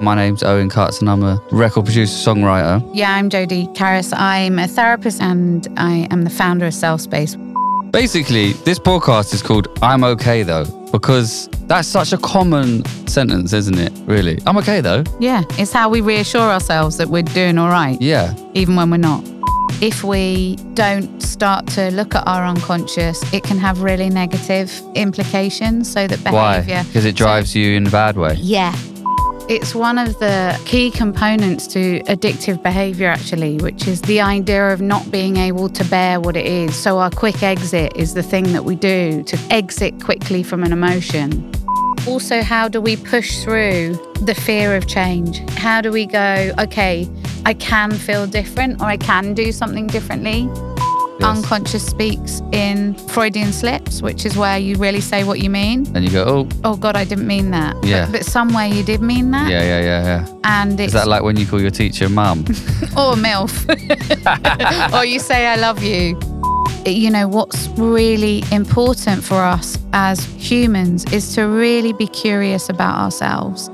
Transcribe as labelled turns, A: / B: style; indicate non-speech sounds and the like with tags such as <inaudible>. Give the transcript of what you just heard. A: My name's Owen Cutts and I'm a record producer songwriter.
B: Yeah, I'm Jodie Karras. I'm a therapist and I am the founder of Self Space.
A: Basically, this podcast is called I'm Okay Though, because that's such a common sentence, isn't it? Really? I'm okay though.
B: Yeah, it's how we reassure ourselves that we're doing all right,
A: Yeah.
B: even when we're not. If we don't start to look at our unconscious, it can have really negative implications. So that
A: Why?
B: behavior.
A: Because it drives you in a bad way.
B: Yeah. It's one of the key components to addictive behavior, actually, which is the idea of not being able to bear what it is. So, our quick exit is the thing that we do to exit quickly from an emotion. Also, how do we push through the fear of change? How do we go, okay, I can feel different or I can do something differently?
A: Yes.
B: Unconscious speaks in Freudian slips, which is where you really say what you mean
A: And you go, oh,
B: oh god i didn't mean that
A: Yeah.
B: but, but somewhere you did mean that
A: yeah, yeah, yeah, yeah.
B: and it's
A: Is
B: <laughs>
A: that like when you call your teacher mum?
B: or milf <laughs> or you say i love you you know what's really important for us as humans is to really be curious about ourselves